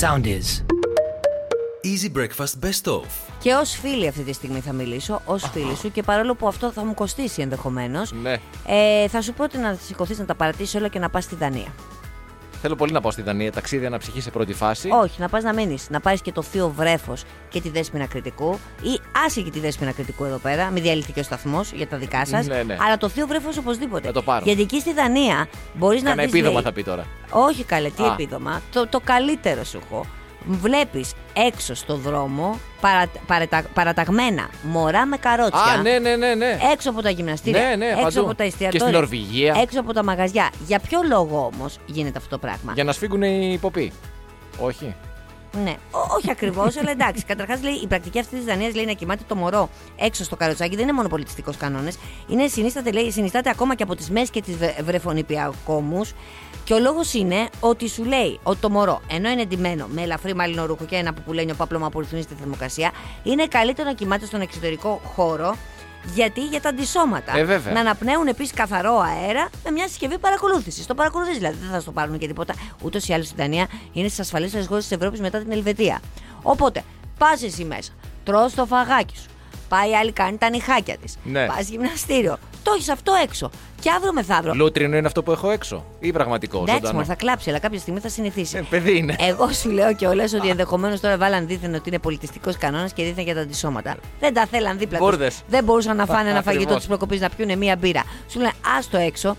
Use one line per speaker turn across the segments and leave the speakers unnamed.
Sound is.
Easy Breakfast Best Of.
Και ως φίλη αυτή τη στιγμή θα μιλήσω, ως φίλη σου και παρόλο που αυτό θα μου κοστίσει ενδεχομένως.
Ναι.
Ε, θα σου πω ότι να σηκωθείς να τα παρατήσεις όλα και να πας στη Δανία.
Θέλω πολύ να πάω στη Δανία. Ταξίδι αναψυχή σε πρώτη φάση.
Όχι, να πας να μείνει. Να πάρει και το θείο βρέφος και τη δέσπινα κριτικού. Ή άσε και τη δέσπινα κριτικού εδώ πέρα. Μην διαλυθεί και ο σταθμός για τα δικά σας.
Ναι, ναι.
Αλλά το θείο βρέφος οπωσδήποτε.
Να το πάρω.
Γιατί εκεί στη Δανία μπορείς να
Κάνα
δεις.
επίδομα θα πει τώρα.
Όχι καλέ, τι
Α.
επίδομα. Το, το καλύτερο σου έχω. Βλέπεις έξω στο δρόμο παρα, παρατα- παραταγμένα μωρά με καρότσια.
Α, ναι, ναι, ναι. ναι.
Έξω από τα γυμναστήρια.
Ναι, ναι,
έξω
παντού.
από τα
Και
εστιατόρια.
στην Νορβηγία.
Έξω από τα μαγαζιά. Για ποιο λόγο όμως γίνεται αυτό το πράγμα.
Για να σφίγγουν οι ποποί. Όχι.
Ναι. Ό- όχι ακριβώς, αλλά εντάξει. Καταρχάς, λέει η πρακτική αυτή της Δανίας λέει να κοιμάται το μωρό έξω στο καροτσάκι. Δεν είναι μόνο πολιτιστικός κανόνα. Είναι συνίσταται, λέει, συνιστάται ακόμα και από τις μέσες και τις βρεφονιπιακόμους. Και ο λόγος είναι ότι σου λέει ότι το μωρό, ενώ είναι εντυμένο με ελαφρύ μαλλινό ρούχο και ένα που πουλένιο πάπλωμα που ρυθμίζει τη θερμοκρασία, είναι καλύτερο να κοιμάται στον εξωτερικό χώρο γιατί για τα αντισώματα.
Ε, βέβαια.
να αναπνέουν επίσης καθαρό αέρα με μια συσκευή παρακολούθησης. Το παρακολουθεί δηλαδή, δεν θα στο πάρουν και τίποτα. Ούτως ή άλλως η Δανία είναι στις ασφαλέστερε χώρε της Ευρώπης μετά την Ελβετία. Οπότε, πας εσύ μέσα, τρώ το φαγάκι σου. Πάει η άλλη, κάνει τα νυχάκια της.
Ναι.
Πας γυμναστήριο. Το έχεις αυτό έξω. Και αύριο μεθαύριο.
Λούτρινο είναι αυτό που έχω έξω. Ή πραγματικό.
Εντάξει,
ζωντανό.
μόνο θα κλάψει, αλλά κάποια στιγμή θα συνηθίσει.
Ε, παιδί είναι.
Εγώ σου λέω κιόλας ότι ενδεχομένως τώρα βάλαν δίθεν ότι είναι πολιτιστικός κανόνας και δίθεν για τα αντισώματα. Δεν τα θέλαν δίπλα τους.
Μπούρδες.
Δεν μπορούσαν να φάνε ένα φαγητό
Ε. Ακριβώς.
τη προκοπής, να πιούνε μία μπύρα. Σου λένε άστο έξω.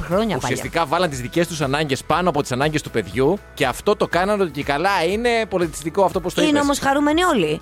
Χρόνια παλιά.
Ουσιαστικά βάλαν τις δικές τους ανάγκες πάνω από τις ανάγκες του παιδιού και αυτό το κάνανε ότι και καλά είναι πολιτιστικό αυτό που το
Είναι
είπες.
όμως χαρούμενοι όλοι.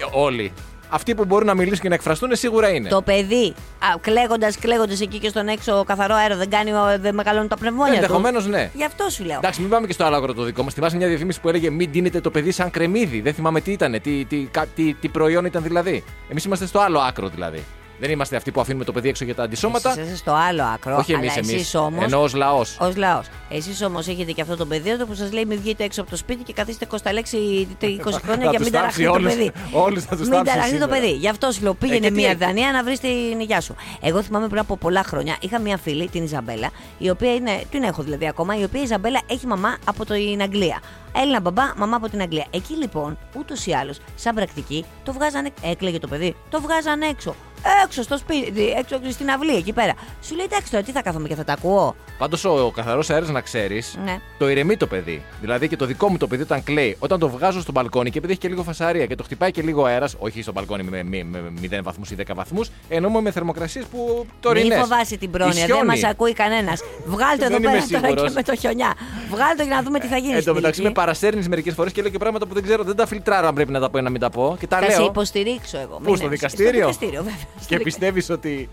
Ε, Όλοι. Αυτοί που μπορούν να μιλήσουν και να εκφραστούν σίγουρα είναι.
Το παιδί κλαίγοντας, κλαίγοντας εκεί και στον έξω καθαρό αέρα δεν, κάνει, ο- δεν μεγαλώνουν τα πνευμόνια. του.
Ενδεχομένως ναι.
Γι' αυτό σου λέω.
Εντάξει, μην πάμε και στο άλλο άκρο το δικό μας. Θυμάσαι μια διαφήμιση που έλεγε Μην δίνετε το παιδί σαν κρεμμύδι. Δεν θυμάμαι τι ήταν, τι, τι, κα- τι, τι προϊόν ήταν δηλαδή. Εμείς είμαστε στο άλλο άκρο δηλαδή. Δεν είμαστε αυτοί που αφήνουμε το παιδί έξω για τα αντισώματα.
Εσείς είστε στο άλλο άκρο.
Όχι εμεί,
αλλά
εμείς.
εσείς όμως-
Ενώ ως λαός.
Ως λαός. Εσείς όμως έχετε και αυτό το πεδίο που σας λέει μην βγείτε έξω από το σπίτι και καθίστε κοσταλέξη 20 χρόνια για
Θα τους
μην ταραχθεί
θάψει
το
όλους-
παιδί.
όλους θα τους
Μην
θάψει
ταραχθεί το
σήμερα.
παιδί. Γι' αυτό σου λέω
Ε, και
πήγαινε
τι
μία
έχει.
Δανία να βρεις την υγειά σου. Εγώ θυμάμαι πριν από πολλά χρόνια είχα μία φίλη, την Ιζαμπέλα, η οποία είναι. Την έχω δηλαδή ακόμα, η οποία η Ιζαμπέλα έχει μαμά από την Αγγλία. Έλληνα μπαμπά, μαμά από την Αγγλία. Εκεί λοιπόν, ούτως ή άλλως, σαν πρακτική, το βγάζανε. Έκλαιγε το παιδί, το βγάζανε έξω. Έξω στο σπίτι, έξω έξω στην αυλή εκεί πέρα. Σου λέει εντάξει τώρα τι θα κάθομαι και θα τα ακούω.
Πάντως ο καθαρός αέρας να ξέρεις,
Ναι.
το ηρεμεί το παιδί. Δηλαδή και το δικό μου το παιδί όταν κλαίει, όταν το βγάζω στο μπαλκόνι και επειδή έχει και λίγο φασαρία και το χτυπάει και λίγο αέρας, όχι στο μπαλκόνι με, με, με 0 βαθμούς ή 10 βαθμούς, εννοούμε με θερμοκρασίες που τωρινές.
Μην φοβάσαι την πρόνοια, δεν μας ακούει κανένας. Βγάλτε εδώ
Δεν είμαι
πέρα τώρα
σίγουρος.
και με το χιονιά. Βγάλτε για να δούμε τι θα γίνει.
Εν τω
στην
μεταξύ με
τελική.
παρασέρνεις μερικές φορές και λέω και πράγματα που δεν ξέρω, δεν τα φιλτράρω αν πρέπει να τα πω ή να μην τα πω. Και τα
Θα σε
λέω.
υποστηρίξω εγώ.
Πού,
Μην
στο
είναι-
δικαστήριο?
Στο δικαστήριο, βέβαια. Στο
Και
δικαστήριο.
πιστεύει ότι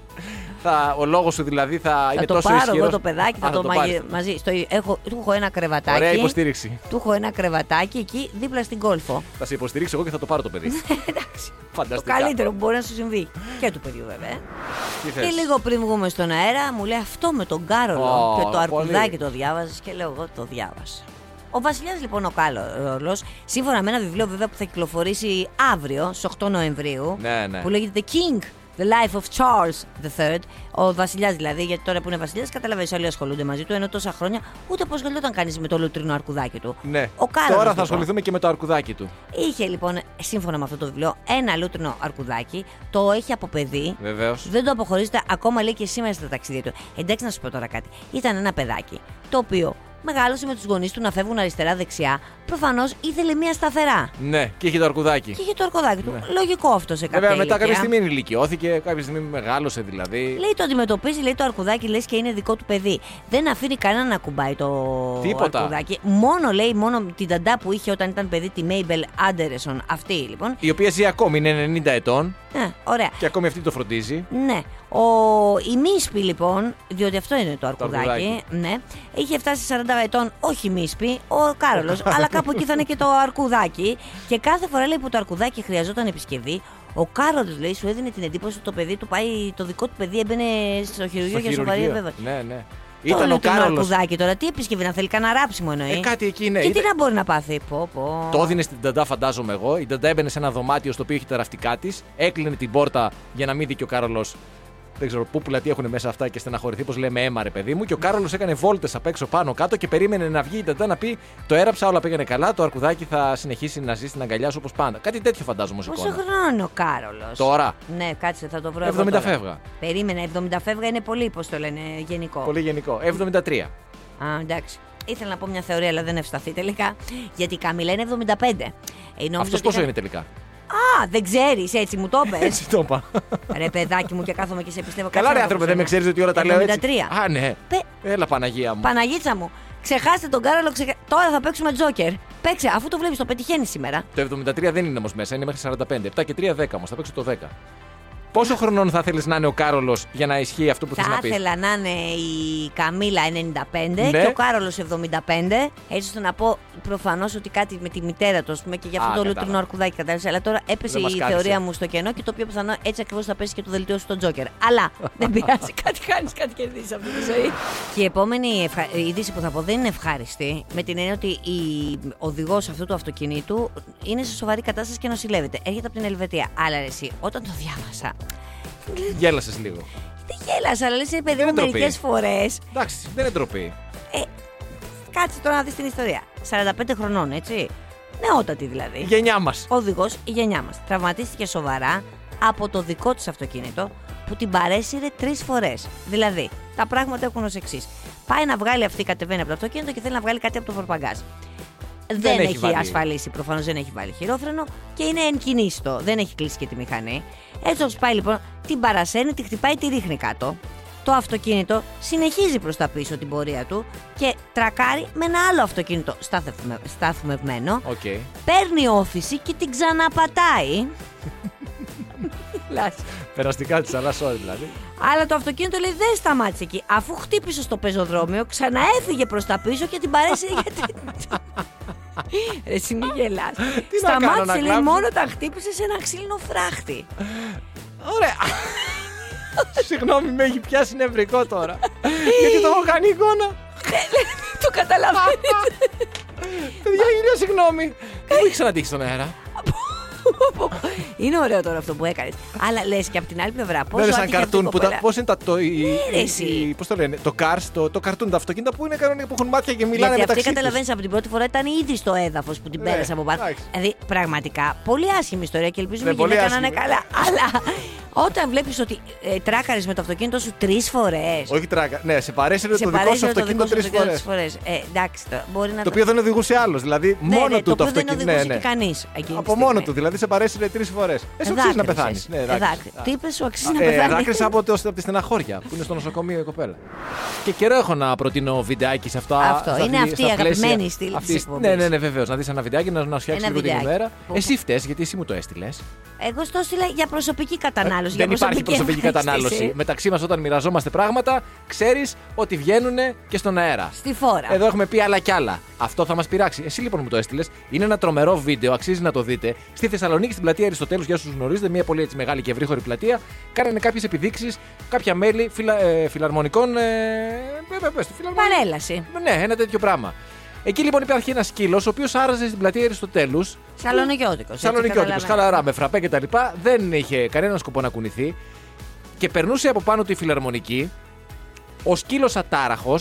θα, ο λόγος σου δηλαδή θα,
Θα
είναι
το
τόσο
πάρω
ισχυρός.
εγώ το παιδάκι, θα,
Α,
το,
πάρεις.
μαγει- μαζί. Στο, έχω, του έχω ένα κρεβατάκι.
Ωραία υποστήριξη.
Του έχω ένα κρεβατάκι εκεί δίπλα στην κόλφο.
Θα σε υποστηρίξω εγώ και θα το πάρω το παιδί.
Εντάξει.
Φανταστικά.
Ναι. Το καλύτερο που μπορεί να σου συμβεί. Και του παιδιού βέβαια. ε.
Τι
Και
θες?
λίγο πριν βγούμε στον αέρα, μου λέει αυτό με τον Κάρολο
Ω,
και το
πολύ.
αρκουδάκι το διάβαζες και λέω εγώ το διάβασα. Ο Βασιλιάς λοιπόν ο Κάρολος, σύμφωνα με ένα βιβλίο βέβαια που θα κυκλοφορήσει αύριο, στις 8 Νοεμβρίου,
Ναι, ναι.
που λέγεται The King, The Life of Charles III, ο Βασιλιάς δηλαδή, γιατί τώρα που είναι Βασιλιάς, καταλαβαίνεις όλοι ασχολούνται μαζί του, ενώ τόσα χρόνια ούτε πώ γελόταν κανείς με το λουτρινό αρκουδάκι του.
Ναι.
Ο Κάρολος,
Τώρα θα
λοιπόν,
ασχοληθούμε και με το αρκουδάκι του.
Είχε λοιπόν, σύμφωνα με αυτό το βιβλίο, ένα λούτρινο αρκουδάκι, το έχει από παιδί.
Βεβαίως.
Δεν το αποχωρίζετε ακόμα λέει και σήμερα στα ταξίδια του. Εντάξει, να σου πω τώρα κάτι. Ήταν ένα παιδάκι το οποίο μεγάλωσε με τους γονείς του να φεύγουν αριστερά-δεξιά. Προφανώς ήθελε μία σταθερά.
Ναι, και είχε το αρκουδάκι.
Και είχε το αρκοδάκι του. Λογικό αυτό σε κάποια
Ναι. Βέβαια, μετά κάποια
ηλικία.
στιγμή ενηλικιώθηκε, κάποια στιγμή μεγάλωσε δηλαδή.
Λέει το αντιμετωπίζει, λέει το αρκουδάκι, λες και είναι δικό του παιδί. Δεν αφήνει κανέναν να κουμπάει το
Τίποτα.
αρκουδάκι. Μόνο λέει, μόνο την ταντά που είχε όταν ήταν παιδί, τη Μέιμπελ Άντερεσον. Αυτή λοιπόν.
Η οποία ζει ακόμη, είναι 90 ετών
Ε, ωραία.
και ακόμη αυτή το φροντίζει.
Ναι. Ο, η Μίσπη λοιπόν, διότι αυτό είναι το αρκουδάκι,
αρκουδάκι.
ναι, είχε φτάσει 40 ετών, όχι η Μίσπη, ο Κάρολος, αλλά κάπου εκεί θα είναι και το αρκουδάκι. Και κάθε φορά λέει που το αρκουδάκι χρειαζόταν επισκευή, ο Κάρολος λέει σου έδινε την εντύπωση ότι το παιδί του πάει, το δικό του παιδί έμπαινε στο χειρουργείο
Στο
για σοβαρή
χειρουργείο.
βέβαια.
Ναι, ναι.
Τώρα
Ήταν ο
το
Κάρολο.
αρκουδάκι τώρα, τι επισκευή να θέλει, κανένα ράψιμο εννοεί.
Ε, κάτι εκεί, ναι.
Και τι
Ήταν-
να μπορεί να πάθει, πω, πω.
Το έδινε στην Ταντά, φαντάζομαι εγώ. Η Ταντά έμπαινε σε ένα δωμάτιο στο οποίο είχε τα ραφτικά της, έκλεινε την πόρτα για να μην δει και ο Κάρολος Δεν ξέρω πού πλατεία έχουν μέσα αυτά και στεναχωρηθεί, πώς λέμε αίμα, ρε παιδί μου. Και ο Κάρολος έκανε βόλτες απ' έξω πάνω κάτω και περίμενε να βγει η Νταντά να πει: Το έραψα, όλα πήγανε καλά. Το αρκουδάκι θα συνεχίσει να ζει στην αγκαλιά σου όπως πάντα. Κάτι τέτοιο φαντάζομαι ως
Πόσο
εικόνα.
χρόνο ο Κάρολος.
Τώρα.
Ναι, κάτσε, θα το βρω.
70
εγώ τώρα.
φεύγα.
Περίμενε, 70 φεύγα είναι πολύ, πώς το λένε, γενικό.
Πολύ γενικό. 73.
Α, εντάξει. Ήθελα να πω μια θεωρία, αλλά δεν ευσταθεί τελικά. Γιατί η Καμιλά είναι 75. Ε, νόμιζα
Αυτός
ότι
πόσο
είχα-
είναι τελικά.
Α, δεν ξέρεις, έτσι μου το πες.
Έτσι το είπα.
ρε παιδάκι μου και κάθομαι και σε πιστεύω
Καλά,
κάτσε
ρε
να
άνθρωπε,
το
δεν με
πεις,
ξέρεις ότι όλα τα λέω έτσι.
73.
Α, ε. ναι.
Πε-
Έλα, Παναγία μου.
Παναγίτσα μου, ξεχάστε τον Κάρολο. Ξεχα... Τώρα θα παίξουμε τζόκερ. Παίξε, αφού το βλέπεις, το πετυχαίνεις σήμερα.
Το 73 δεν είναι όμως μέσα, είναι μέχρι 45. 7 και 3, 10 όμως. Θα παίξω το 10. Πόσο χρονών θα θέλεις να είναι ο Κάρολος για να ισχύει αυτό που θε
Θα
να πεις.
ήθελα να είναι η Καμίλα 95
Ναι.
και ο Κάρολος 75. Έτσι ώστε να πω προφανώς ότι κάτι με τη μητέρα του, ας πούμε, και γι'
Α,
αυτό το
κατάλαβα.
λούτρινο αρκουδάκι κατάλαβες. Αλλά τώρα έπεσε
Δεν μας
η
κάλυψε.
θεωρία μου στο κενό και το πιο πιθανό έτσι ακριβώς θα πέσει και το δελτίο σου στον Τζόκερ. Αλλά δεν πειράζει, κάτι χάνει, κάτι κερδίζεις αυτή τη ζωή. Και η επόμενη ευχα- είδηση που θα πω δεν είναι ευχάριστη, με την έννοια ότι η οδηγός αυτού του αυτοκινήτου είναι σε σοβαρή κατάσταση και νοσηλεύεται. Έρχεται από την Ελβετία. Αλλά ρε εσύ, όταν το διάβασα.
Γέλασες λίγο.
Δεν γέλασα, αλλά λες, «Ε, παιδί
Δεν
μου,
είναι ντροπή.
μερικές φορές
Εντάξει, δεν είναι ντροπή.
Κάτσε τώρα να δεις την ιστορία. 45 χρονών, έτσι. Νεότατη δηλαδή.
Η γενιά μας.
Οδηγός η γενιά μας. Τραυματίστηκε σοβαρά από το δικό της αυτοκίνητο που την παρέσυρε τρεις φορές. Δηλαδή, τα πράγματα έχουν ως εξής. Πάει να βγάλει αυτή, κατεβαίνει από το αυτοκίνητο και θέλει να βγάλει κάτι από το φορπαγκάζ. Δεν,
Δεν έχει
έχει
βάλει.
ασφαλίσει, προφανώς δεν έχει βάλει χειρόφρενο και είναι εν κινήστο. Δεν έχει κλείσει και τη μηχανή. Έτσι όπως πάει λοιπόν, την παρασένει, τη χτυπάει, τη ρίχνει κάτω. Το αυτοκίνητο συνεχίζει προς τα πίσω την πορεία του και τρακάρει με ένα άλλο αυτοκίνητο στάθευμε- σταθμευμένο
Οκ.
παίρνει όφηση και την ξαναπατάει. Λάς.
Περαστικά της, αλλά sorry δηλαδή.
Αλλά το αυτοκίνητο λέει δεν σταμάτησε εκεί. Αφού χτύπησε στο πεζοδρόμιο, ξαναέφυγε προς τα πίσω και την παρέσει γιατί. Ρε εσύ μη γελάς.
να κάνω, να
Σταμάτησε λέει
κλάψω?
μόνο όταν χτύπησε σε ένα ξύλινο φράχτη.
Ωραία. Συγγνώμη, με έχει πιάσει νευρικό τώρα. Γιατί το έχω κάνει εικόνα.
το καταλαβαίνεις.
Παιδιά, γύρω συγγνώμη. Δεν μου έχεις ξανατύχει στον αέρα.
Είναι ωραίο τώρα αυτό που έκανες. Αλλά λες και από την άλλη πλευρά.
Δεν
Πόσο
είναι σαν
άτυχε αυτή η
καρτούν που τα.
κοπέλα. Ε,
Πώς είναι τα. Το, η,
ρε, εσύ.
η- Πώς το λένε. Το cars, το, το καρτούν, τα αυτοκίνητα που είναι κανονικά που έχουν μάτια και μιλάνε
Γιατί αυτή
μεταξύ τους.
καταλαβαίνεις από την πρώτη φορά ήταν ήδη στο έδαφος που την
Ναι,
πέρασε από πάνω.
εντάξει.
Δηλαδή πραγματικά πολύ άσχημη ιστορία και ελπίζουμε
Ναι,
η γυναίκα
πολύ
να είναι
άσχημη. ναι.
καλά. Αλλά όταν βλέπεις ότι ε, τράκαρες με το αυτοκίνητο σου τρεις φορές.
Όχι τράκα. Ναι, σε παρέσυρε το δικό σου αυτοκίνητο τρει φορέ.
Ε, εντάξει, τώρα, μπορεί να
Το οποίο δεν οδηγούσε άλλος. Δηλαδή,
Ναι,
μόνο
ναι,
του το
οποίο δεν
αυτοκίνητο. ναι.
οδηγούσε και κανείς εκείνη τη
Από
στιγμή.
μόνο του, δηλαδή σε παρέσυρε τρεις φορές. Εσύ
Ε,
αξίζει να Ναι,
δάκρυσες.
πεθάνει.
Ε, δάκρυ- Τι είπες, σου αξίζει να
Ε,
πεθάνεις.
δάκρυσα από, το, από τη στεναχώρια που είναι στο νοσοκομείο η κοπέλα. Και καιρό έχω να προτείνω βιντεάκι σε αυτά.
Αυτό.
στα-
Είναι αυτή
στα
η
πλαίσια.
αγαπημένη στήλη
Αυτή-
της εκπομπής.
Ναι, ναι, ναι, βεβαίως. Να δεις ένα βιντεάκι, να, να σου φτιάξει
Ένα
λίγο την
βιντεάκι.
ημέρα.
Που-
Εσύ φταίει, γιατί εσύ μου το έστειλες.
Εγώ στο έστειλα για προσωπική κατανάλωση.
Ε, Δεν
για
υπάρχει προσωπική
ευχαρίστηση.
κατανάλωση. Μεταξύ μας, όταν μοιραζόμαστε πράγματα, ξέρεις ότι βγαίνουν και στον αέρα.
Στη φόρα.
Εδώ έχουμε πει άλλα κι άλλα. Αυτό θα μας πειράξει. Εσύ λοιπόν μου το έστειλες. Είναι ένα τρομερό βίντεο, αξίζει να το δείτε. Στη Θεσσαλονίκη, στην πλατεία Αριστοτέλους, για όσους γνωρίζετε, μια πολύ έτσι μεγάλη και ευρύχωρη πλατεία, κάνανε κάποιες επιδείξεις κάποια μέλη φιλα, ε, φιλαρμονικών. Ε, ε, ε, πες το, φιλαρμονικών.
Παρέλαση.
Ναι, ένα τέτοιο πράγμα. Εκεί λοιπόν υπάρχει ένας σκύλος, ο οποίος άραζε στην πλατεία Αριστοτέλους.
Σαλονικιώτικος. έτσι,
Σαλονικιώτικος,
καταλαβαίνω.
χαλαρά, με φραπέ κτλ. Δεν είχε κανένα σκοπό να κουνηθεί. Και περνούσε από πάνω του η φιλαρμονική. Ο σκύλο ατάραχο.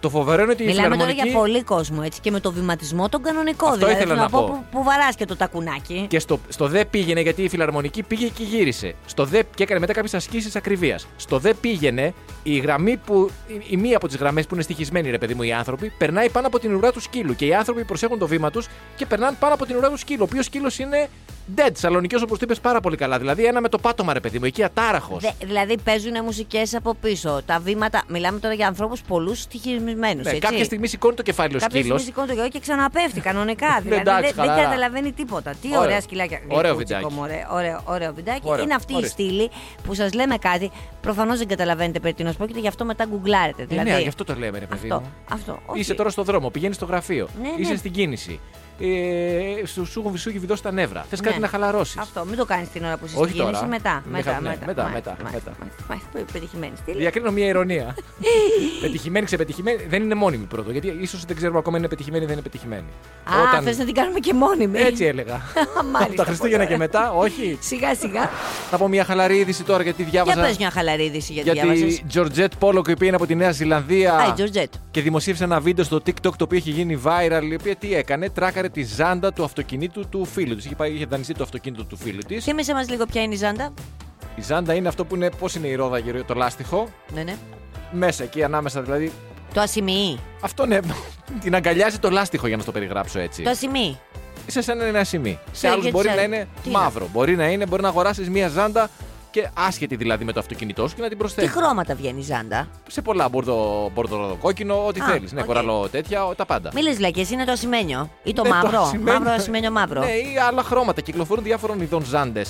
Το φοβερό είναι ότι η
Μιλάμε τώρα
φιλαρμονική.
για πολύ κόσμο έτσι και με το βηματισμό τον κανονικό.
Αυτό
δηλαδή
ήθελα να πω.
Που, που βαράς και το τακουνάκι.
Και στο, στο δε πήγαινε, γιατί η φιλαρμονική πήγε και γύρισε. Στο δε, και έκανε μετά κάποιες ασκήσεις ακριβίας. Στο δε πήγαινε, η γραμμή που. Η, η μία από τις γραμμές που είναι στοιχισμένη, ρε παιδί μου, οι άνθρωποι, περνάει πάνω από την ουρά του σκύλου. Και οι άνθρωποι προσέχουν το βήμα τους και περνάνε πάνω από την ουρά του σκύλου. Ο οποίος σκύλος είναι dead, σαλονικιό όπως το είπες πάρα πολύ καλά. Δηλαδή ένα με το πάτωμα, ρε παιδί μου, εκεί ατάραχος.
Δε- δηλαδή παίζουν μουσικές από πίσω. Τα βήματα. Μιλάμε τώρα για ανθρώπους πολλούς στοιχισμένους.
Ναι, κάποια στιγμή σηκώνει το κεφάλι ο
Κάποια στιγμή
σκύλος.
σηκώνει το γιο και ξαναπέφτει κανονικά.
Ναι,
δηλαδή
εντάξει,
δεν- δεν
χαλαρά.
καταλαβαίνει τίποτα. Τι
Ωραίο.
ωραία σκυλάκια.
Ωραίο
Κουτσικό
βιντεάκι.
μου, Ωραίο, ωραίο, ωραίο βιντεάκι.
Ωραίο.
Είναι αυτή η
Ορίστε.
στήλη που σας λέμε κάτι. Προφανώς δεν καταλαβαίνετε περί τίνος πρόκειται, γι' αυτό μετά γκουγκλάρετε.
Ναι,
Δηλαδή,
ναι, γι' αυτό το λέμε, ρε παιδί
αυτό,
μου.
αυτό. Όχι.
Είσαι τώρα στο δρόμο, πηγαίνεις στο γραφείο,
Ναι,
είσαι
ναι.
στην κίνηση. ε, σου, σου, σου, σου έχει βιδώσει τα νεύρα. Θες κάτι
Ναι.
να χαλαρώσεις.
Αυτό, μην το κάνεις την ώρα που είσαι
Όχι
στην κίνηση.
τώρα.
Μετά,
Ναι,
μετά,
χα- ναι,
μετά.
μετά,
Μάλιστα,
μετά,
μάλιστα,
μετά.
μάλιστα, μάλιστα. Πετυχημένη στήλη.
Διακρίνω μια ηρωνία. πετυχημένη, ξεπετυχημένη. Δεν είναι μόνιμη πρώτο. Γιατί ίσως δεν ξέρουμε ακόμα αν είναι πετυχημένη ή δεν είναι πετυχημένη.
Α, Όταν... θες να την κάνουμε και μόνιμη.
Έτσι έλεγα. Από
Μάλιστα,
τα Χριστούγεννα
πολύ
και
ωραία.
μετά, όχι.
Σιγά σιγά.
Θα πω μια χαλαρή είδηση τώρα γιατί
Για
διάβαζα.
πες μια χαλαρή είδηση γιατί
για τη
διάβασες.
Τζορτζέτ Πόλοκ, η οποία είναι από τη Νέα Ζηλανδία.
Α, η Τζορτζέτ.
Και δημοσίευσε ένα βίντεο στο TikTok το οποίο έχει γίνει viral. Η οποία τι έκανε, τράκαρε τη ζάντα του αυτοκινήτου του φίλου της. Είχε, πάει- είχε δανειστεί το αυτοκίνητο του φίλου της.
Θύμισε μας λίγο ποια είναι η Ζάντα.
Η ζάντα είναι αυτό που είναι, πώς είναι η ρόδα γύρω, το λάστιχο.
Ναι, ναι.
Μέσα εκεί, ανάμεσα δηλαδή.
Το ασημιεί.
Αυτό ναι, την αγκαλιάζει το λάστιχο για να στο περιγράψω έτσι.
Το ασημιεί.
σε σένα είναι ένα σημείο. Σε
Ναι,
άλλου
για
μπορεί
τις
να
άλλες.
είναι
Τι είναι?
μαύρο. Μπορεί να είναι, μπορεί να αγοράσεις μία ζάντα και άσχετη δηλαδή με το αυτοκίνητό σου και να την
Τι
προσθέσει.
χρώματα βγαίνει η Ζάντα.
Σε πολλά μπορδο, μπορδοροδοκόκκινο, ό,τι
Α,
θέλεις. Ναι,
οκ.
κοραλό τέτοια, τα πάντα.
Μη λες βλακές, είναι το ασημένιο. Ή το
Ναι,
μαύρο.
ασημένιο.
Μαύρο, ασημένιο, μαύρο.
Ναι, ή άλλα χρώματα. Κυκλοφορούν διάφορων ειδών ζάντες.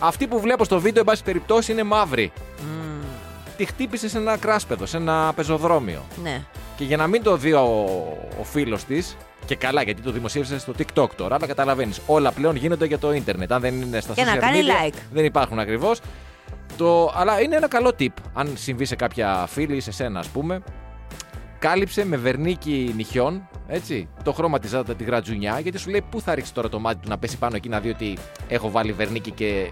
Αυτή που βλέπω στο βίντεο, εν πάση περιπτώσει, είναι μαύρη. Τη χτύπησες σε ένα κράσπεδο, σε ένα πεζοδρόμιο.
ναι.
Και για να μην το δει ο, ο φίλος της, και καλά γιατί το δημοσίευσες στο TikTok τώρα, αλλά καταλαβαίνεις. Όλα πλέον γίνονται για το ίντερνετ. Αν δεν είναι στα
Και να
social
κάνει
media,
like.
δεν υπάρχουν ακριβώς. Το, αλλά είναι ένα καλό tip. Αν συμβεί σε κάποια φίλη ή σε σένα, ας πούμε, κάλυψε με βερνίκι νυχιών, έτσι, το χρώμα τη ζάτα τη γρατζουνιά, γιατί σου λέει πού θα ρίξει τώρα το μάτι του να πέσει πάνω εκεί να δει ότι έχω βάλει βερνίκι και.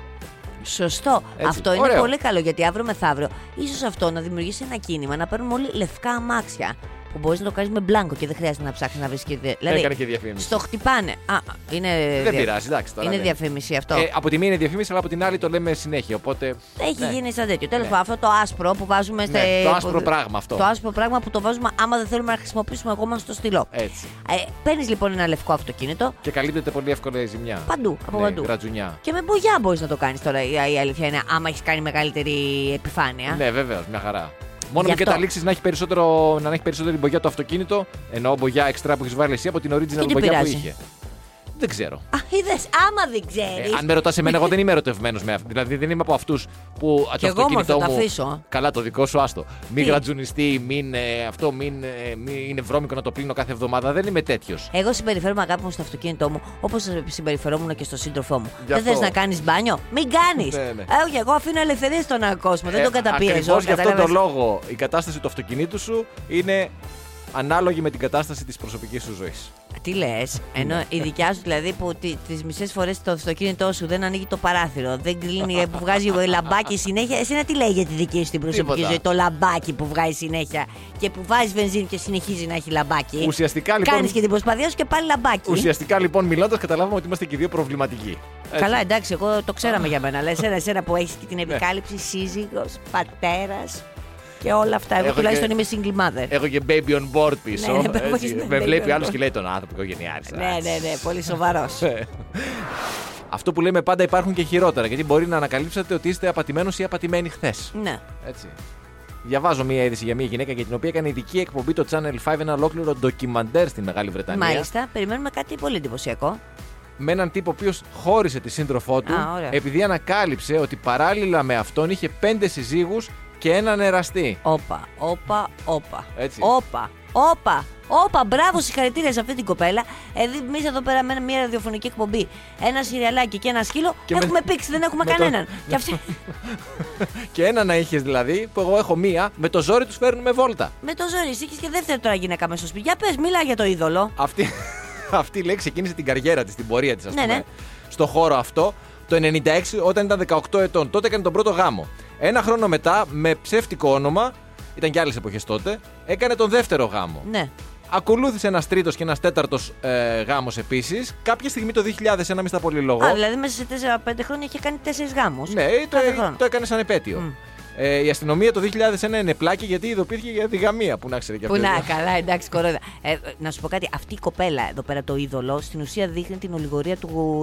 Σωστό.
Έτσι.
Αυτό είναι
Ωραίο.
πολύ καλό γιατί αύριο μεθαύριο ίσως αυτό να δημιουργήσει ένα κίνημα να παίρνουν όλοι λευκά αμάξια. Που μπορείς να το κάνεις με μπλάνκο και δεν χρειάζεται να ψάχνεις να βρεις και. δε- δηλαδή,
Έκανε και διαφήμιση.
Στο χτυπάνε. Α, είναι.
Δεν πειράζει, εντάξει τώρα.
Είναι
ναι.
διαφήμιση αυτό.
Ε, από τη μία είναι διαφήμιση, αλλά από την άλλη το λέμε συνέχεια. Οπότε.
Έχει
ναι.
γίνει σαν τέτοιο. Τέλος
Ναι.
πάντων, αυτό το άσπρο που βάζουμε.
Ναι,
σε-
το άσπρο
που-
πράγμα αυτό.
Το άσπρο πράγμα που το βάζουμε άμα δεν θέλουμε να χρησιμοποιήσουμε εγώ μα το στυλό.
Έτσι.
Ε, Παίρνεις λοιπόν ένα λευκό αυτοκίνητο
Και καλύπτεται πολύ εύκολα η ζημιά.
παντού, από
ναι,
παντού.
γρατζουνιά.
Και με μπογιά μπορείς να το κάνεις τώρα. Η, η αλήθεια είναι άμα έχεις κάνει μεγαλύτερη επιφάνεια.
Ναι, βεβαίως, μια χαρά. Μόνο
Γι'
μην
αυτό.
καταλήξεις να έχει, περισσότερο, να έχει περισσότερη μπογιά το αυτοκίνητο, ενώ μπογιά εξτρά που έχεις βάλει εσύ από την
Και
original
τι
μπογιά που
πειράζει.
είχε. Δεν ξέρω.
Α, είδες, άμα δεν ξέρεις.
Ε, αν με ρωτάς εμένα, εγώ δεν είμαι ερωτευμένος με αυτό. Δηλαδή δεν είμαι από αυτούς που α, το
Κι εγώ όμως
αυτοκίνητό
θα τα
μου.
αφήσω.
Καλά, το δικό σου, άστο. Μην
Τι?
γρατζουνιστεί, μην ε, αυτό, μην, ε, μην είναι βρώμικο να το πλύνω κάθε εβδομάδα. Δεν είμαι τέτοιος.
Εγώ συμπεριφέρομαι αγάπη μου στο αυτοκίνητό μου όπως συμπεριφερόμουν και στο σύντροφό μου.
Γι'
Δεν θες
αυτό.
να κάνεις μπάνιο, μην κάνεις.
Ναι, ναι.
ε, όχι, εγώ αφήνω ελευθερία στον κόσμο, δεν τον καταπιέζω.
Ακριβώς Ε, γι' αυτόν τον
κατάλαβες.
λόγο η κατάσταση του αυτοκινήτου σου είναι ανάλογη με την κατάσταση της προσωπικής σου ζωής.
Τι λες,
Ναι.
ενώ η δικιά σου δηλαδή που τις μισές φορές το αυτοκίνητό σου δεν ανοίγει το παράθυρο, δεν κλείνει, ε, που βγάζει ε, λαμπάκι συνέχεια. Εσένα τι λέει για τη δική σου την προσωπική
Τίποτα.
ζωή, το λαμπάκι που βγάζει συνέχεια και που βάζεις βενζίνη και συνεχίζει να έχει λαμπάκι.
Ουσιαστικά λοιπόν.
Κάνεις και την προσπάθειά σου και πάλι λαμπάκι.
Ουσιαστικά λοιπόν μιλώντας, καταλάβαμε ότι είμαστε και οι δύο προβληματικοί. Έτσι. Ναι.
Καλά, εντάξει, εγώ το ξέραμε για μένα. Αλλά εσένα, εσένα που έχεις και την επικάλυψη σύζυγος, πατέρας και όλα αυτά. Εγώ
Έχω
τουλάχιστον
και-
είμαι single mother.
Έχω και baby on board πίσω.
Ναι, ναι,
έτσι.
baby on
με
board.
βλέπει άλλος και λέει τον άνθρωπο οικογενειάρη.
Ναι, ναι, ναι, πολύ σοβαρός.
Αυτό που λέμε πάντα υπάρχουν και χειρότερα. Γιατί μπορεί να ανακαλύψετε ότι είστε απατημένος ή απατημένοι χθες.
ναι.
Έτσι. Διαβάζω μία είδηση για μία γυναίκα για την οποία έκανε ειδική εκπομπή το Channel 5, ένα ολόκληρο ντοκιμαντέρ στη Μεγάλη Βρετανία.
Μάλιστα, περιμένουμε κάτι πολύ εντυπωσιακό.
με έναν τύπο ο οποίος χώρισε τη σύντροφό του
Α, ωραία.
επειδή ανακάλυψε ότι παράλληλα με αυτόν είχε πέντε συζύγους και έναν εραστή.
Όπα, όπα, όπα.
Έτσι.
Όπα, όπα, όπα. Μπράβο, συγχαρητήρια σε αυτή την κοπέλα. Εμείς εδώ πέρα με μια ραδιοφωνική εκπομπή, ένα σιριαλάκι και ένα σκύλο
Και με-
έχουμε πήξει, δεν έχουμε
με τον-
κανέναν. Και αυτή-
Και ένα να είχες δηλαδή, που εγώ έχω μία, με το ζόρι τους φέρνουμε βόλτα.
με το ζόρι, εσύ είχες και δεύτερη τώρα γυναίκα μέσα στο σπίτι. Για πες, μιλά για το είδωλο.
Αυτή, αυτή η λέξη ξεκίνησε την καριέρα της, την πορεία της, ας
Ναι,
πούμε.
ναι.
Στο χώρο αυτό, το 96, όταν ήταν 18 ετών. Τότε έκανε τον πρώτο γάμο. Ένα χρόνο μετά, με ψεύτικο όνομα, ήταν και άλλες εποχές τότε, έκανε τον δεύτερο γάμο.
Ναι.
Ακολούθησε ένας τρίτος και ένας τέταρτος ε, γάμος επίσης. Κάποια στιγμή το 2001, μη στα πολύ λόγο.
Α, δηλαδή μέσα σε 4-5 χρόνια είχε κάνει 4 γάμους.
Ναι, το,
κάθε χρόνο.
το έκανε σαν επέτειο. Ε, η αστυνομία το 2001 είναι πλάκη γιατί ειδοποιήθηκε για τη γαμία που να ξέρει και Ναι,
Που
αυτός.
να, καλά, εντάξει, κορόιδα. Ε, να σου πω κάτι, αυτή η κοπέλα εδώ πέρα, το είδωλο, στην ουσία δείχνει την ολιγορία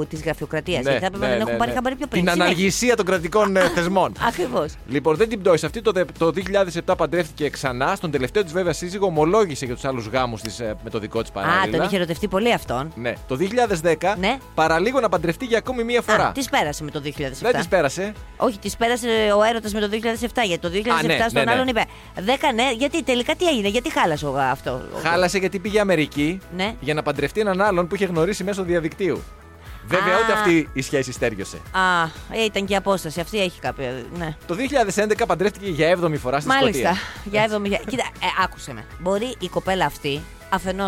τη γραφειοκρατίας.
Ναι,
γιατί θα έπρεπε
ναι,
να την
ναι,
έχουν
ναι.
πάρει χαμπάρι πιο πριν.
Την αναλγησία των κρατικών ε, θεσμών.
Ακριβώς.
Λοιπόν, δεν την πτώσε αυτή. Το, δε- το 2007 παντρεύτηκε ξανά. Στον τελευταίο της, βέβαια, σύζυγο ομολόγησε για τους άλλους γάμους της ε, με το δικό της
Α,
παράλληλα.
τον είχε ερωτευτεί πολύ αυτόν.
Ναι. Το 2010
Ναι.
παραλίγο να παντρευτεί για ακόμη μία φορά.
Α, της πέρασε με το 2007.
Δεν της πέρασε.
Όχι, της πέρασε ο έρωτας με το 2007. γιατί το 2007
Α, ναι,
στον
ναι, ναι.
άλλον είπε 10 ναι, γιατί τελικά τι έγινε, γιατί χάλασε ο- αυτό. ο-
Χάλασε γιατί πήγε Αμερική
Ναι.
για να παντρευτεί έναν άλλον που είχε γνωρίσει μέσω διαδικτύου. Βέβαια,
Α.
ούτε αυτή η σχέση στέργιωσε.
Α, ε, ήταν και η απόσταση. Αυτή έχει κάποια. Ναι.
Το 2011 παντρεύτηκε για 7η φορά στη
Μάλιστα.
Σκωτία.
Για έβδομη. χιλιά- Κοίτα, ε, άκουσε με. Μπορεί η κοπέλα αυτή αφενός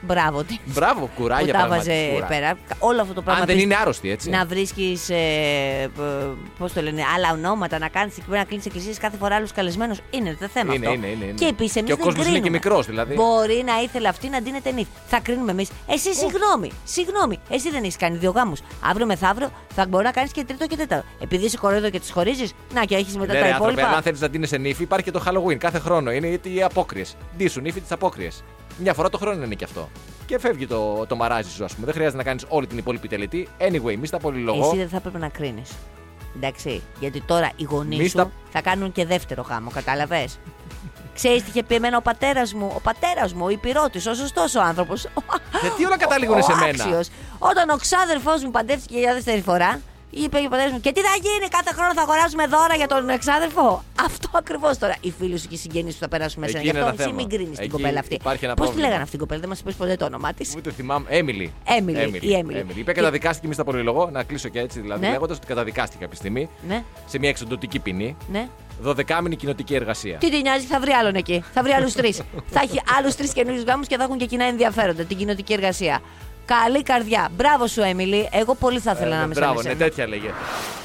μπράβο τη.
Μπράβο,
που
κουράγια
τα
πραγματικά.
βάζε
κουράγια.
πέρα. Όλο αυτό το πράγμα.
Αν δεν
της-
είναι άρρωστη, έτσι.
Να βρίσκεις. Ε, Πώς το λένε, άλλα ονόματα, να κάνεις εκεί πέρα να κλείνεις εκκλησίες κάθε φορά άλλους καλεσμένους. Είναι το θέμα
Είναι,
αυτό.
είναι, είναι, είναι.
Και επίσης εμείς
Και ο
δεν
κόσμος είναι
κρίνουμε.
και μικρός, δηλαδή.
Μπορεί να ήθελε αυτή να ντύνεται νύχτα. Θα κρίνουμε εμείς. Εσύ, συγγνώμη, συγγνώμη. Εσύ δεν έχεις κάνει δύο γάμους. Αύριο μεθαύριο θα μπορεί να κάνεις και τρίτο και τέταρτο. Επειδή συγχωρείτε και τις χωρίζεις, να και έχεις μετά
Ναι,
τα
ρε, άνθρωπε,
υπόλοιπα.
αν θέλεις να τίνει νύφη, υπάρχει και το Halloween κάθε χρόνο. Είναι οι- οι απόκριε. Ντύσουν νύφη τις απόκριες. Μια φορά το χρόνο είναι και αυτό. Και φεύγει το, το μαράζι σου, ας πούμε. Δεν χρειάζεται να κάνεις όλη την υπόλοιπη τελετή. Anyway, μη στα
Εσύ
πολυλογώ.
δεν θα έπρεπε να κρίνεις. Εντάξει, γιατί τώρα οι γονείς
Μη
σου
στα-
θα κάνουν και δεύτερο γάμο, κατάλαβες. Ξέρεις τι είχε πει εμένα ο πατέρας μου, ο πατέρας μου, ο υπηρώτης, ο σωστός ο άνθρωπος.
Γιατί Ε, όλα κατάληγουν σε μένα.
Όταν ο ξάδερφός μου παντεύτηκε για δεύτερη φορά, είπε ο πατέρας μου, Και τι θα γίνει, κάθε χρόνο θα αγοράζουμε δώρα για τον ξάδερφο. Αυτό ακριβώς τώρα. Οι φίλοι σου και οι συγγενείς σου θα περάσουν μέσα.
Εκεί
Γι'
είναι
αυτό
ένα
εσύ
θέμα.
μην κρίνεις την
Εκεί
κοπέλα αυτή.
υπάρχει ένα
Πώς τη
πρόβλημα.
λέγανε αυτή την κοπέλα, δεν μας είπες ποτέ το όνομά της.
Ούτε θυμάμαι. Έμιλι.
Έμιλι, η Έμιλι.
Είπε
Και-
καταδικάστηκε μη στα πολυλογώ. Να κλείσω και έτσι δηλαδή.
Ναι.
Λέγοντας ότι καταδικάστηκε κάποια στιγμή
Ναι,
σε μια εξοντοτική ποινή.
ναι.
12μηνη κοινοτική εργασία.
Τι την νοιάζει, θα βρει άλλον εκεί. Θα βρει άλλους τρεις. θα έχει άλλους τρεις καινούριους γάμους και θα έχουν και κοινά ενδιαφέροντα, την κοινοτική εργασία. Καλή καρδιά. Μπράβο σου, Έμιλι. Εγώ πολύ θα ήθελα
Ε,
να είμαι σαν
Μπράβο, ναι,
εσένα.
τέτοια λέγεται.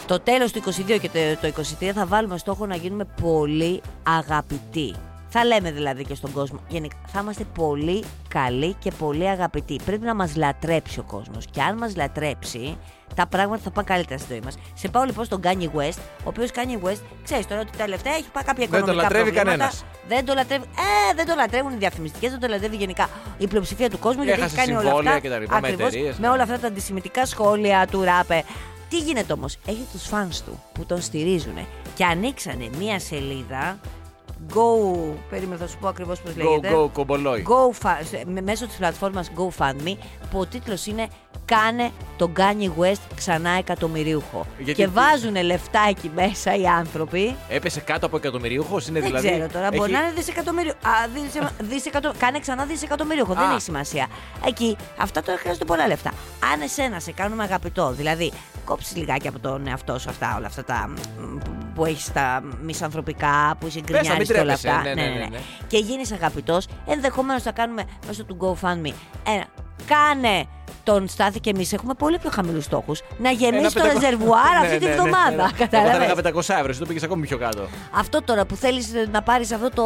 Το τέλος του 22 και το, το 23 θα βάλουμε στόχο να γίνουμε πολύ αγαπητοί. Θα λέμε δηλαδή και στον κόσμο. Γενικά, θα είμαστε πολύ καλοί και πολύ αγαπητοί. Πρέπει να μας λατρέψει ο κόσμος. Και αν μας λατρέψει, τα πράγματα θα πάνε καλύτερα στη ζωή μας. Σε πάω λοιπόν στον Κάνι West, ο οποίος Κάνι West, ξέρεις τώρα ότι τελευταία έχει πάει κάποια
τον
οικονομικά
λατρεύει
προβλήματα.
κανένας.
Δεν το λατρεύει. Ε, δεν το λατρεύουν οι διαφημιστικές, δεν το λατρεύει γενικά η πλειοψηφία του κόσμου. γιατί έχει
Έχασε
κάνει όλα
συμβόλαια
αυτά.
και τα λοιπά με
ακριβώς,
εταιρείες,
με
ναι.
όλα αυτά τα αντισημιτικά σχόλια του ράπε. Τι γίνεται όμως, έχει τους φανς του που τον στηρίζουν και ανοίξανε μία σελίδα. Go, περίμενα θα σου πω ακριβώς πώς
Go,
λέγεται.
go, κομπολόι.
Go Fa- με- μέσω της πλατφόρμας GoFundMe που ο τίτλος είναι «Κάνε τον Kanye West ξανά εκατομμυρίουχο».
Γιατί
και
τι-
βάζουν λεφτά εκεί μέσα οι άνθρωποι.
Έπεσε κάτω από εκατομμυρίουχος, είναι
Δεν
δηλαδή.
ξέρω τώρα, μπορεί
έχει-
να είναι δισεκατομμύριο. Α, δισε- δισεκατο- Κάνε ξανά δισεκατομμύριο, δεν
Α.
έχει σημασία. Εκεί, αυτά τώρα χρειάζονται πολλά λεφτά. Αν εσένα σε κάνουμε αγαπητό, δηλαδή κόψεις λιγάκι από τον εαυτό σου αυτά, όλα αυτά τα μ, που έχεις τα μισανθρωπικά, που είσαι
να μην
γκρινιάρης και όλα
τρέπεσαι,
αυτά.
ναι, ναι, ναι, ναι.
Και γίνεις αγαπητός, ενδεχομένως θα κάνουμε μέσω του GoFundMe ένα. Κάνε τον Στάθη και εμείς έχουμε πολύ πιο χαμηλούς στόχους. Να γεμίσει το
πεντακο-
ρεζερβουάρ
Ναι,
αυτή τη
ναι, ναι, ναι, ναι.
βδομάδα.
Εγώ Θα
Κατάλαβες?
έλεγα 500 ευρώ, εσύ το πήγες ακόμη πιο κάτω.
Αυτό τώρα που θέλεις να πάρεις αυτό το.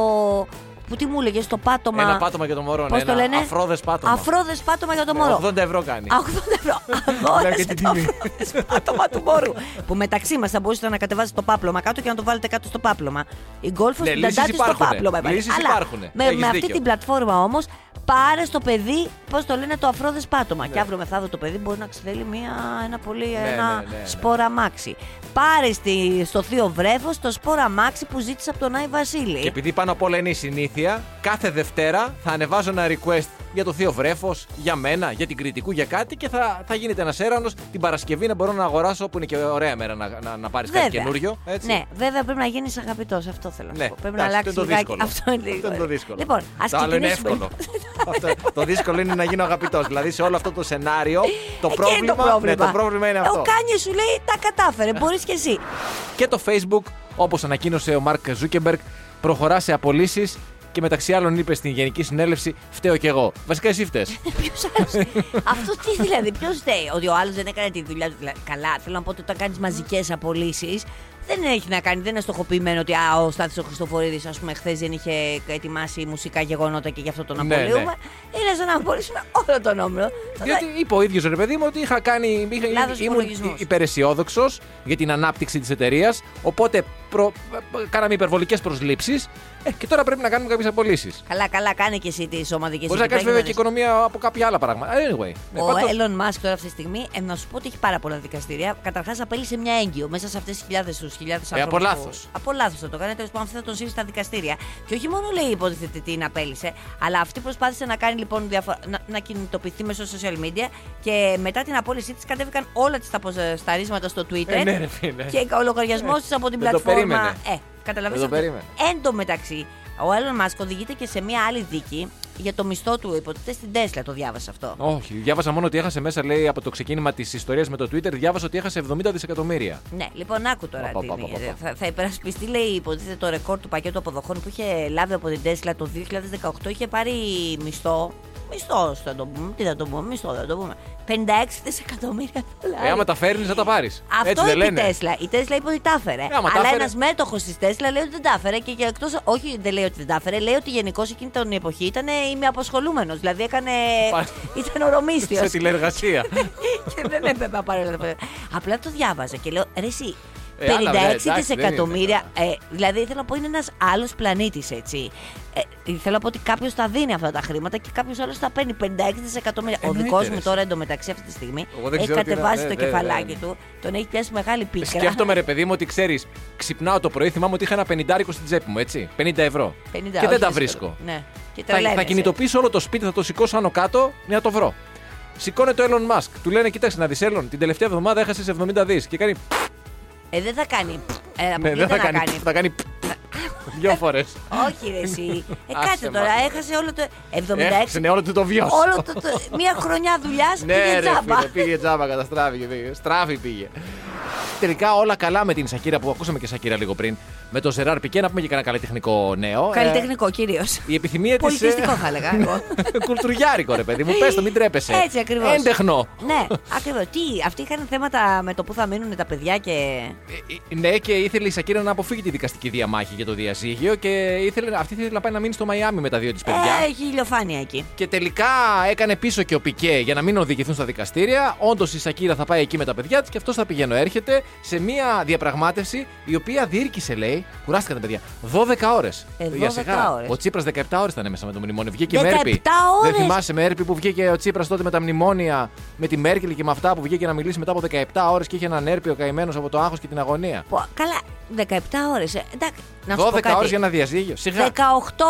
που τι μου έλεγες, το πάτωμα.
Ένα πάτωμα για το μωρό.
Πώ
ναι,
το
ένα
λένε?
Αφρόδες πάτωμα.
Αφρόδες πάτωμα για το
Ναι,
μωρό.
80 ευρώ κάνει.
80 ευρώ. Αγόρασε
Λέω και την
το
τιμή.
αφρόδες πάτωμα του μωρού. που μεταξύ μας θα μπορούσατε να κατεβάσετε το πάπλωμα κάτω και να το βάλετε κάτω στο πάπλωμα. Η γκολφο
Ναι,
την
λύσεις
ταντάτη στο
υπάρχουνε.
πάπλωμα. έβαλε.
Λύσεις
Αλλά
υπάρχουνε.
Με,
Έχεις
με αυτή
δίκιο.
την πλατφόρμα όμως πάρε στο παιδί, πώς το λένε, το αφρόδες πάτωμα. Και αύριο μεθαύριο το παιδί μπορεί να ξεθέλει μια, ένα πολύ
ναι,
ένα
ναι, ναι.
σπόρα μάξι. Πάρε στη, στο θείο βρέφος το σπόρα μάξι που ζήτησε από τον Άι Βασίλη.
Και επειδή πάνω απ' όλα είναι η συνήθεια, κάθε Δευτέρα θα ανεβάζω ένα request για το Θείο Βρέφος, για μένα, για την κριτικού, για κάτι και θα, θα γίνεται ένας έρανος την Παρασκευή να μπορώ να αγοράσω που είναι και ωραία μέρα να, να, να πάρεις κάτι
Βέβαια.
καινούριο. Έτσι.
Ναι, βέβαια πρέπει να γίνεις αγαπητός. Αυτό θέλω να
Ναι,
σου πω. Πρέπει να
εντάξει,
αλλάξεις
αυτό είναι
λιγάκι. Αυτό είναι,
το δύσκολο. Αυτό είναι το δύσκολο.
Λοιπόν, ας
το άλλο είναι
ξεκινήσουμε.
εύκολο. αυτό, το δύσκολο είναι να γίνω αγαπητός. Δηλαδή σε όλο αυτό το σενάριο το
Εκεί
πρόβλημα,
Ε, είναι το πρόβλημα. Ε,
Ναι, το πρόβλημα είναι αυτό.
Ο Κάνιε σου λέει τα κατάφερε. Μπορείς και εσύ.
Και το Facebook, όπως ανακοίνωσε ο Μάρκ Ζούκεμπεργκ, προχωρά σε απολύσεις και μεταξύ άλλων είπε στην Γενική Συνέλευση: Φταίω κι εγώ. Βασικά εσύ φταίει.
Ποιος άλλος. Ε, Αυτό τι δηλαδή, ποιος θέλει. Ότι ο άλλος δεν έκανε τη δουλειά του. Δηλαδή, Καλά, θέλω να πω ότι όταν κάνεις μαζικές απολύσεις. Δεν έχει να κάνει, δεν είναι στοχοποιημένο ότι α, ο Στάθης ο Χριστοφορίδης, ας πούμε, χθες δεν είχε ετοιμάσει μουσικά γεγονότα και γι' αυτό τον
Ναι, ναι.
απολύουμε. Είναι σαν να απολύσουμε όλο τον όμιλο.
Διότι είπε ο ίδιος ρε παιδί μου ότι είχα κάνει. Είχα,
Λάθος
ήμουν
υπολογισμός.
υπεραισιόδοξος για την ανάπτυξη της εταιρείας. Οπότε προ, κάναμε υπερβολικές προσλήψεις. Ε, και τώρα πρέπει να κάνουμε κάποιες απολύσεις.
Καλά, καλά, κάνε και εσύ τι ομαδικέ
Μπορείς να κάνεις βέβαια και οικονομία από κάποια άλλα πράγματα. Anyway. ναι,
Ο
πάντως-
Elon Musk τώρα αυτή τη στιγμή, ε, να σου πω ότι έχει πάρα πολλά δικαστήρια. Καταρχάς, απέλησε μια έγκυο μέσα σε αυτές τις χιλιάδες τους χιλιάδες
Ε, από λάθος.
Από λάθος θα το κάνει. Τέλος πάντων, αυτή θα τον σύρει στα δικαστήρια. Και όχι μόνο λέει υποτίθεται την απέλησε, αλλά αυτή προσπάθησε να κάνει λοιπόν διαφο- να, να κινητοποιηθεί μέσω social media και μετά την απόλυσή της κατέβηκαν όλα τις τα αποσταρίσματα στο Twitter.
Ε, ναι, ρε φίλε.
Και ο λογαριασμός της από την
δεν το
πλατφόρμα.
περίμενε.
Ε, Καταλαβαίνετε.
Δεν το περίμενα.
Εν τω μεταξύ, ο Έλλον μα οδηγείται και σε μία άλλη δίκη για το μισθό του υποτίθεται στην Τέσλα. Το διάβασα αυτό.
Όχι, διάβασα μόνο ότι έχασε μέσα, λέει, από το ξεκίνημα της ιστορίας με το Twitter, διάβασα ότι έχασε 70 δισεκατομμύρια.
Ναι, λοιπόν, άκου τώρα.
Πα, πα,
τι
πα, πα,
είναι.
πα.
Θα, θα υπερασπιστεί, λέει, υποτίθεται το ρεκόρ του πακέτου αποδοχών που είχε λάβει από την Τέσλα το 2018. Είχε πάρει μισθό. Μισθό θα το πούμε. Τι θα το πούμε, μισθό θα το πούμε. 56 δισεκατομμύρια
Ε,
δολάρια.
άμα τα φέρνεις, θα τα πάρεις. Έτσι
Αυτό
δεν
είπε η
λένε. Ναι,
Τέσλα. Η Τέσλα είπε ότι τα έφερε.
άμα τα
Αλλά
έφερε-
ένας μέτοχος της Τέσλα λέει ότι δεν τα έφερε. Και, και εκτός. Όχι, δεν λέει ότι δεν τα έφερε. Λέει ότι γενικώ εκείνη την εποχή ήταν ημιαποσχολούμενος. Δηλαδή έκανε.
Πα-
ήταν ορομίστιο.
Σε τηλεργασία.
και δεν έπρεπε να πάρει. Απλά το διάβαζα και λέω ρε εσύ.
Ε, άλλα,
56
βέβαια, εντάξει, δεν
δισεκατομμύρια. Ε, δηλαδή, θέλω να πω, είναι ένας άλλος πλανήτης, έτσι. Ε, θέλω να πω ότι κάποιος τα δίνει αυτά τα χρήματα και κάποιος άλλος τα παίρνει. 56 δισεκατομμύρια. Ο
Εννοείται,
δικό
ρε,
μου
εσύ.
τώρα εντωμεταξύ αυτή τη στιγμή
Εγώ δεν
έχει
ξέρω τι είναι,
κατεβάσει
ναι,
το
ναι, ναι,
κεφαλάκι
ναι.
του, τον έχει πιάσει μεγάλη πίκρα.
Σκέφτομαι, ρε παιδί μου, ότι ξέρεις, ξυπνάω το πρωί, θυμάμαι ότι είχα ένα πενιντάρικο στην τσέπη μου, έτσι. 50 ευρώ.
50,
και
όχι,
δεν τα
δυσκολο-
βρίσκω.
Ναι. Και
Θα, θα
τρελαίνεσαι.
κινητοποιήσω όλο το σπίτι, θα το σηκώσω άνω κάτω για να το βρω. Σηκώνει το Elon Musk. Του λένε, κοίταξε να δεις, Elon, την τελευταία εβδομάδα έχασες 70 δις. Και κάνει.
Ε, δεν θα κάνει. Ε,
Ναι,
αποκλείεται
δεν θα
να
κάνει.
κάνει.
Θα κάνει. Δύο φορές.
Όχι, ρε, εσύ. Ε, κάτσε
Άσε
τώρα,
μας.
έχασε όλο το. 76
Έχασε ναι, όλο του το βίος.
Όλο το, το- μία χρονιά δουλειάς
Ναι,
πήγε
ρε,
τζάμπα.
φίλε, πήγε τζάμπα, καταστράφηκε. πήγε. Στράφη πήγε. Τελικά όλα καλά με την Σακύρα που ακούσαμε και Σακύρα λίγο πριν. Με τον Ζεράρ Πικέ, να πούμε και κανένα καλλιτεχνικό νέο. Ε,
Καλλιτεχνικό κυρίως.
η επιθυμία της.
Πολιτιστικό θα έλεγα
Ναι.
εγώ.
Κουλτουριάρικο, ρε παιδί μου. Πες το, μην τρέπεσαι.
Έτσι ακριβώς.
Έντεχνο.
Ναι, ακριβώς. Τι, αυτοί είχαν θέματα με το που θα μείνουν τα παιδιά και.
Ε, Ναι, και ήθελε η Σακύρα να αποφύγει τη δικαστική διαμάχη για το διαζύγιο και ήθελε, αυτή ήθελε να πάει να μείνει στο Μαϊάμι με τα δύο της παιδιά.
Ε, έχει ηλιοφάνεια εκεί.
Και τελικά έκανε πίσω και ο Πικέ για να μην οδηγηθούν στα δικαστήρια. Όντως η Σακύρα θα πάει εκεί με τα παιδιά της και αυτός θα πηγαίνω. Έρχεται σε μια διαπραγμάτευση η οποία διήρκησε, λέει, κουράστηκαν τα παιδιά, 12 ώρες.
Ε, 12 ώρες.
Ο Τσίπρας 17 ώρες ήταν μέσα με το μνημόνιο. Βγήκε
17
με έρπη.
ώρες.
Δεν θυμάσαι με έρπη που βγήκε ο Τσίπρας τότε με τα μνημόνια, με τη Μέρκελ και με αυτά που βγήκε να μιλήσει μετά από 17 ώρες και είχε έναν έρπη ο καημένος από το άγχος και την αγωνία.
Πω, Καλά, 17 ώρε. Εντάξει, να σου
12
πω κάτι.
ώρες για ένα διαζύγιο. Σιγά.
18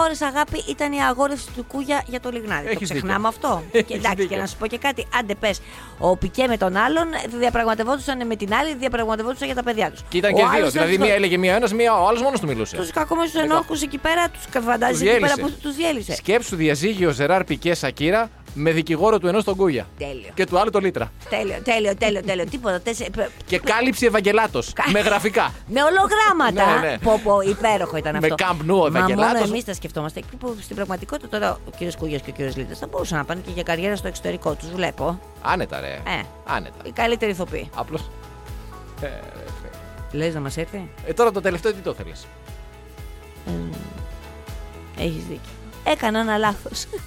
ώρε αγάπη ήταν η αγόρευση του Κούγια για το λιγνάδι.
Έχεις
το
δίκιο.
ξεχνάμε αυτό.
Έχεις
και εντάξει, και
δίκιο.
να σου πω και κάτι. Άντε, πες. Ο Πικέ με τον άλλον διαπραγματευόντουσαν με την άλλη, διαπραγματευόντουσαν για τα παιδιά τους.
Και ήταν και δύο. Δηλαδή, μία έλεγε μία ένας, μία ο άλλος μόνος του μιλούσε.
Τους κακόμεσου ενόχους εκεί πέρα, τους
Τους
φαντάζει εκεί πέρα
διέλυσε.
που τους διέλυσε.
Σκέψου διαζύγιο Ζεράρ Πικέ Σακύρα με δικηγόρο του ενός τον Κούγια.
Τέλειο.
Και του άλλου τον Λίτρα.
Τέλειο, τέλειο, τέλειο, τέλειο. Τίποτα. τέσσε- π-
Και κάλυψη Ευαγγελάτο. με γραφικά.
Με ολογράμματα.
Ναι, ναι.
Πω, πω, υπέροχο ήταν
Με
αυτό.
Camp
Μα
Nou, ο
μόνο
Ευαγγελάτος.
εμείς τα σκεφτόμαστε. Εκεί Που στην πραγματικότητα τώρα ο κύριος Κούγιας και ο κύριος Λίτα θα μπορούσαν να πάνε και για καριέρα στο εξωτερικό τους. Βλέπω.
Άνετα, ρε.
Ε.
Άνετα.
Οι καλύτεροι ηθοποιοί.
Απλώς.
Λες να μας έρθει.
Ε, τώρα το τελευταίο τι το θέλεις.
Έχεις δίκιο. Έκανα ένα λάθος.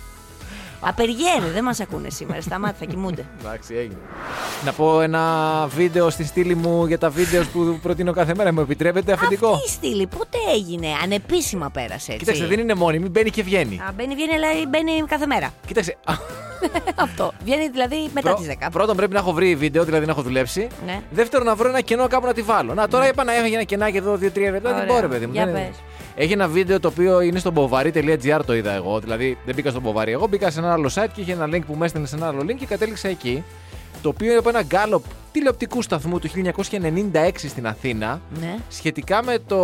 Απεργία είναι, δεν μας ακούνε σήμερα. Σταμάτα, θα κοιμούνται.
Εντάξει, έγινε. Να πω ένα βίντεο στη στήλη μου για τα βίντεος που προτείνω κάθε μέρα. Μου επιτρέπετε αφεντικό.
Αυτή η στήλη πότε έγινε, ανεπίσημα πέρασε. Έτσι.
Κοίταξε, δεν είναι μόνιμη, μπαίνει και βγαίνει.
Α, μπαίνει, βγαίνει, αλλά μπαίνει κάθε μέρα.
Κοίταξε.
Αυτό. Βγαίνει δηλαδή μετά
Πρω-
τις 10.
Πρώτον, πρέπει να έχω βρει βίντεο, δηλαδή να έχω δουλέψει.
Ναι.
Δεύτερον, να βρω ένα κενό κάπου να τη βάλω. Να, τώρα είπα να έχω ένα κενάκι εδώ, δύο-τρία λεπτά. Δεν
Ωραία.
μπορεί, παιδί μου.
Για
δεν-
πες.
Έχει ένα βίντεο το οποίο είναι στο bovari.gr το είδα εγώ. Δηλαδή δεν μπήκα στο bovari. Εγώ μπήκα σε ένα άλλο site και είχε ένα link που με έστελνε σε ένα άλλο link και κατέληξα εκεί. Το οποίο είναι από ένα γκάλοπ τηλεοπτικού σταθμού του 1996 στην Αθήνα.
Ναι.
Σχετικά με, το,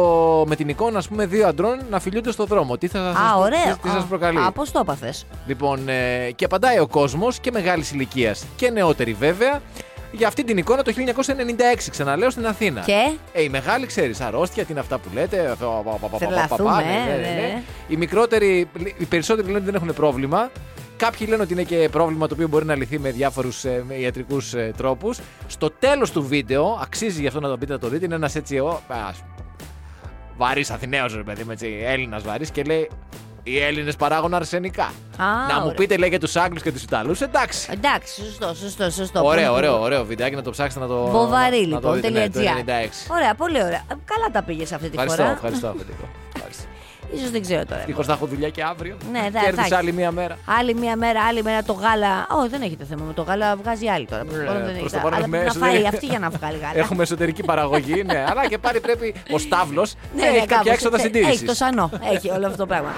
με την εικόνα, ας πούμε, δύο αντρών να φιλιούνται στο δρόμο. Τι θα σας,
Α, ωραίο.
τι- τι σας
Α,
προκαλεί.
Α, πώς το έπαθες.
Λοιπόν, ε, και απαντάει ο κόσμος και μεγάλης ηλικίας και νεότερη βέβαια για αυτή την εικόνα το 1996, ξαναλέω στην Αθήνα.
Και?
Ε, οι μεγάλοι ξέρεις, αρρώστια, τι είναι αυτά που λέτε. ε, πα, πα, πα, πα, πα, πα, πα,
Τρελαθούμε,
ναι, ναι, ναι,
ε,
ναι.
ναι.
Οι μικρότεροι, οι περισσότεροι λένε ότι δεν έχουν πρόβλημα. Κάποιοι λένε ότι είναι και πρόβλημα το οποίο μπορεί να λυθεί με διάφορους ιατρικού τρόπους. Στο τέλος του βίντεο, αξίζει γι' αυτό να το πείτε, να το δείτε, είναι ένας έτσι. Ο, ας, βαρύς Αθηναίος, ρε παιδί μου, έτσι, Έλληνας βαρύς και λέει. Οι Έλληνες παράγουν αρσενικά. να μου
ωραία. Ε,
πείτε, λέει, για τους Άγγλους και τους Ιταλούς. Εντάξει.
Εντάξει, σωστό, σωστό, σωστό.
ωραίο,
Πολύ-
ωραίο, ωραίο βιντεάκι να το ψάξετε να το.
Βοβαρή
να το
λοιπόν.
δείτε, ναι, το
.gr.
96.
Ωραία, πολύ ωραία. Ε, Καλά τα πήγες αυτή τη
Ευχαριστώ,
φορά.
ευχαριστώ. Αφεντικό. Ευχαριστώ.
Ίσως δεν ξέρω τώρα.
Ευτυχώς θα έχω δουλειά και αύριο.
Ναι, θα-
Και έρθεις
θα-
άλλη μία μέρα.
Άλλη μία μέρα, άλλη μέρα το γάλα. Ω, δεν έχετε θέμα με το γάλα, βγάζει άλλη τώρα. Προς το
Ναι,
παρόν δεν
προς
έχει
το
τα-
παρόν
Αλλά
έχουμε
πρέπει να φάει
εσωτερική-
αυτή για να βγάλει γάλα.
Έχουμε εσωτερική παραγωγή, ναι. Αλλά και πάλι πρέπει ο Σταύλος
Ναι,
να
ναι,
έχει κάποια
κάπως,
έξοδα
τε- Έχει
συντήρηση.
το σανό. Έχει όλο αυτό το πράγμα.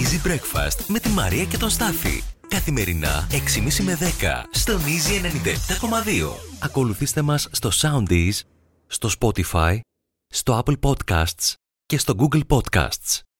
Easy Breakfast με τη Μαρία και τον Στάφη. Καθημερινά 6.30 με 10 στον Easy 97.2. Ακολουθήστε μας στο Soundees, στο Spotify, στο Apple Podcasts και στο Google Podcasts.